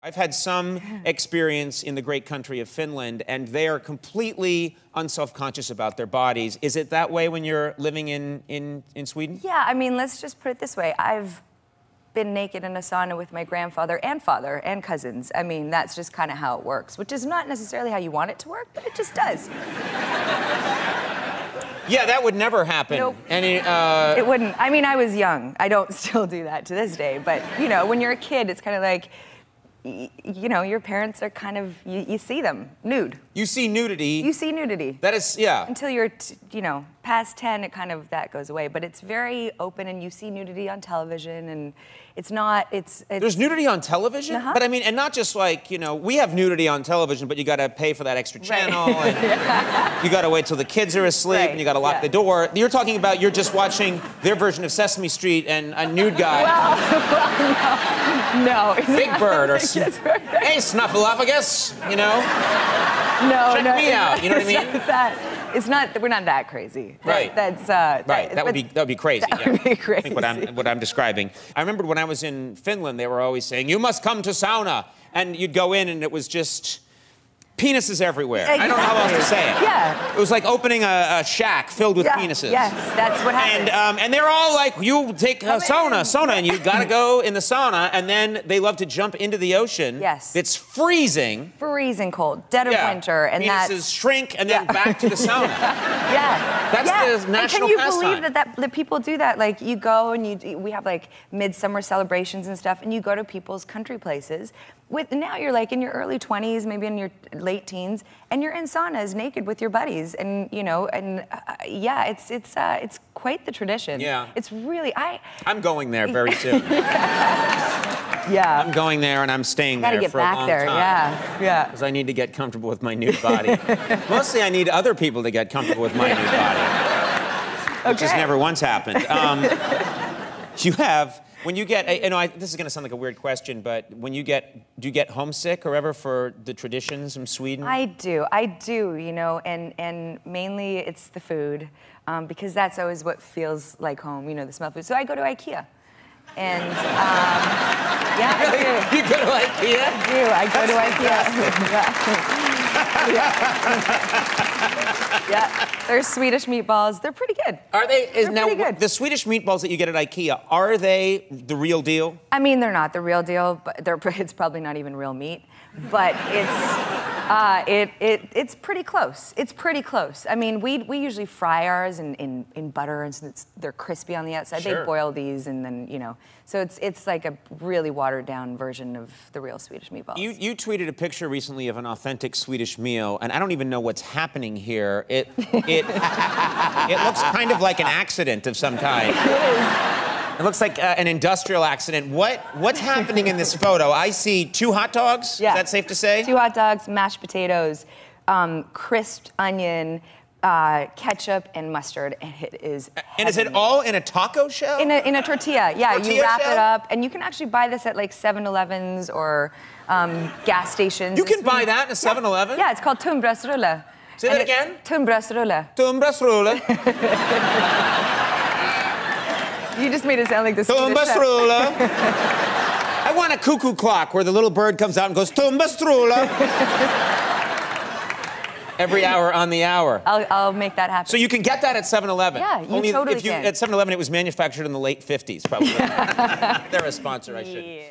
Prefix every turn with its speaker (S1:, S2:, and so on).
S1: I've had some experience in the great country of Finland, and they are completely unself-conscious about their bodies. Is it that way when you're living in in, in Sweden?
S2: Yeah, I mean, let's just put it this way. I've been naked in a sauna with my grandfather and father and cousins. I mean, that's just kind of how it works, which is not necessarily how you want it to work, but it just does.
S1: Yeah, that would never happen.
S2: Nope.
S1: Any, uh,
S2: It wouldn't. I mean, I was young. I don't still do that to this day, but you know, when you're a kid, it's kind of like, y- you know, your parents are kind of, you, you see them nude.
S1: you see nudity.
S2: You see nudity.
S1: that is, yeah.
S2: until you're, t- you know, past 10, it kind of that goes away. But it's very open, and you see nudity on television, and it's not. It's, it's
S1: There's nudity on television,
S2: Uh-huh.
S1: but I mean, and not just like you know, we have nudity on television, but you got to pay for that extra channel, and you got to wait till the kids are asleep,
S2: Right,
S1: and you got to lock
S2: yeah.
S1: the door. You're talking about you're just watching their version of Sesame Street and a nude guy,
S2: no, it's
S1: Big
S2: not-
S1: Bird, or
S2: it's
S1: sn-
S2: very-
S1: hey Snuffleupagus, you know,
S2: no,
S1: check
S2: no,
S1: me
S2: it's
S1: out,
S2: not-
S1: you know what I
S2: it's
S1: mean?
S2: not that. It's not. We're not that crazy. That-
S1: Right.
S2: that's uh,
S1: right? That would
S2: but-
S1: be that would be crazy.
S2: that
S1: yeah.
S2: would be
S1: I think what I'm
S2: crazy.
S1: what I'm describing. I remembered when I was in Finland, they were always saying you must come to sauna, and you'd go in, and it was just. Penises everywhere. I don't know how else to say it.
S2: Exactly. Yeah.
S1: It was like opening a, a shack filled with
S2: Yeah,
S1: penises.
S2: Yes, that's what
S1: And
S2: happened.
S1: um, and they're all like, you take uh,
S2: Come
S1: sauna,
S2: in.
S1: sauna, and you gotta go in the sauna, and then they love to jump into the ocean.
S2: Yes.
S1: It's freezing.
S2: Freezing cold, dead of
S1: Yeah.
S2: winter, and
S1: Penises
S2: that's
S1: shrink, and then back to the sauna.
S2: Yeah.
S1: That's
S2: yeah.
S1: the
S2: And
S1: national
S2: Can you
S1: pastime.
S2: believe that, that that people do that? Like you go and you we have like midsummer celebrations and stuff, and you go to people's country places. With now you're like in your early 20s, maybe in your late teens, and you're in saunas naked with your buddies, and you know, and uh, yeah, it's it's uh, it's quite the tradition.
S1: Yeah.
S2: It's really I.
S1: I'm going there very soon.
S2: Yeah.
S1: I'm going there, and I'm staying
S2: Gotta
S1: there
S2: get
S1: for a
S2: back
S1: long
S2: there.
S1: time.
S2: Yeah. Yeah.
S1: Because I need to get comfortable with my nude body. Mostly, I need other people to get comfortable with my nude body, which has
S2: Okay.
S1: never once happened. Um, you have when you get, I- you know, I, this is going to sound like a weird question, but when you get, do you get homesick or ever for the traditions from Sweden?
S2: I do, I do, you know, and and mainly it's the food, um, because that's always what feels like home, you know, the smell of food. So I go to IKEA, and um, yeah, I do.
S1: you go to IKEA?
S2: I do. I go to
S1: That's
S2: IKEA. yeah. yeah. yeah, there's Swedish meatballs. They're pretty good.
S1: Are they is
S2: They're
S1: now
S2: pretty good.
S1: the Swedish meatballs that you get at IKEA? Are they the real deal?
S2: I mean, they're not the real deal, but they're, it's probably not even real meat. But it's, uh, it, it, it's pretty close. It's pretty close. I mean, we, we usually fry ours in, in, in butter, and so it's, they're crispy on the outside.
S1: Sure.
S2: They boil these, and then, you know. So it's, it's like a really watered down version of the real Swedish meatballs.
S1: You, you tweeted a picture recently of an authentic Swedish meal, and I don't even know what's happening here. It it it looks kind of like an accident of some kind. It looks like uh, an industrial accident. What what's happening in this photo? I see two hot dogs.
S2: Yeah.
S1: Is that safe to say?
S2: Two hot dogs, mashed potatoes, um, crisped onion, uh, ketchup, and mustard, and it is.
S1: and is it
S2: heavenly.
S1: all in a taco shell?
S2: In a, in a tortilla, yeah.
S1: Tortilla
S2: you wrap
S1: shell?
S2: it up, and you can actually buy this at like 7 Elevens or um, gas stations.
S1: You can
S2: It's-
S1: buy that in a 7-Eleven?
S2: Yeah, it's called tunnbrödsrulle.
S1: Say that again?
S2: Tunnbrödsrulle.
S1: Tumbasrula,
S2: You just made it sound like this.
S1: tumbasrula. I want a cuckoo clock where the little bird comes out and goes tumbasrula. Every hour on the hour.
S2: I'll, I'll make that happen.
S1: So you can get that at 7-Eleven.
S2: Yeah, you
S1: Only
S2: totally
S1: if you,
S2: can.
S1: At 7-Eleven, it was manufactured in the late 50s, probably. They're a sponsor, I should.
S2: Yeah.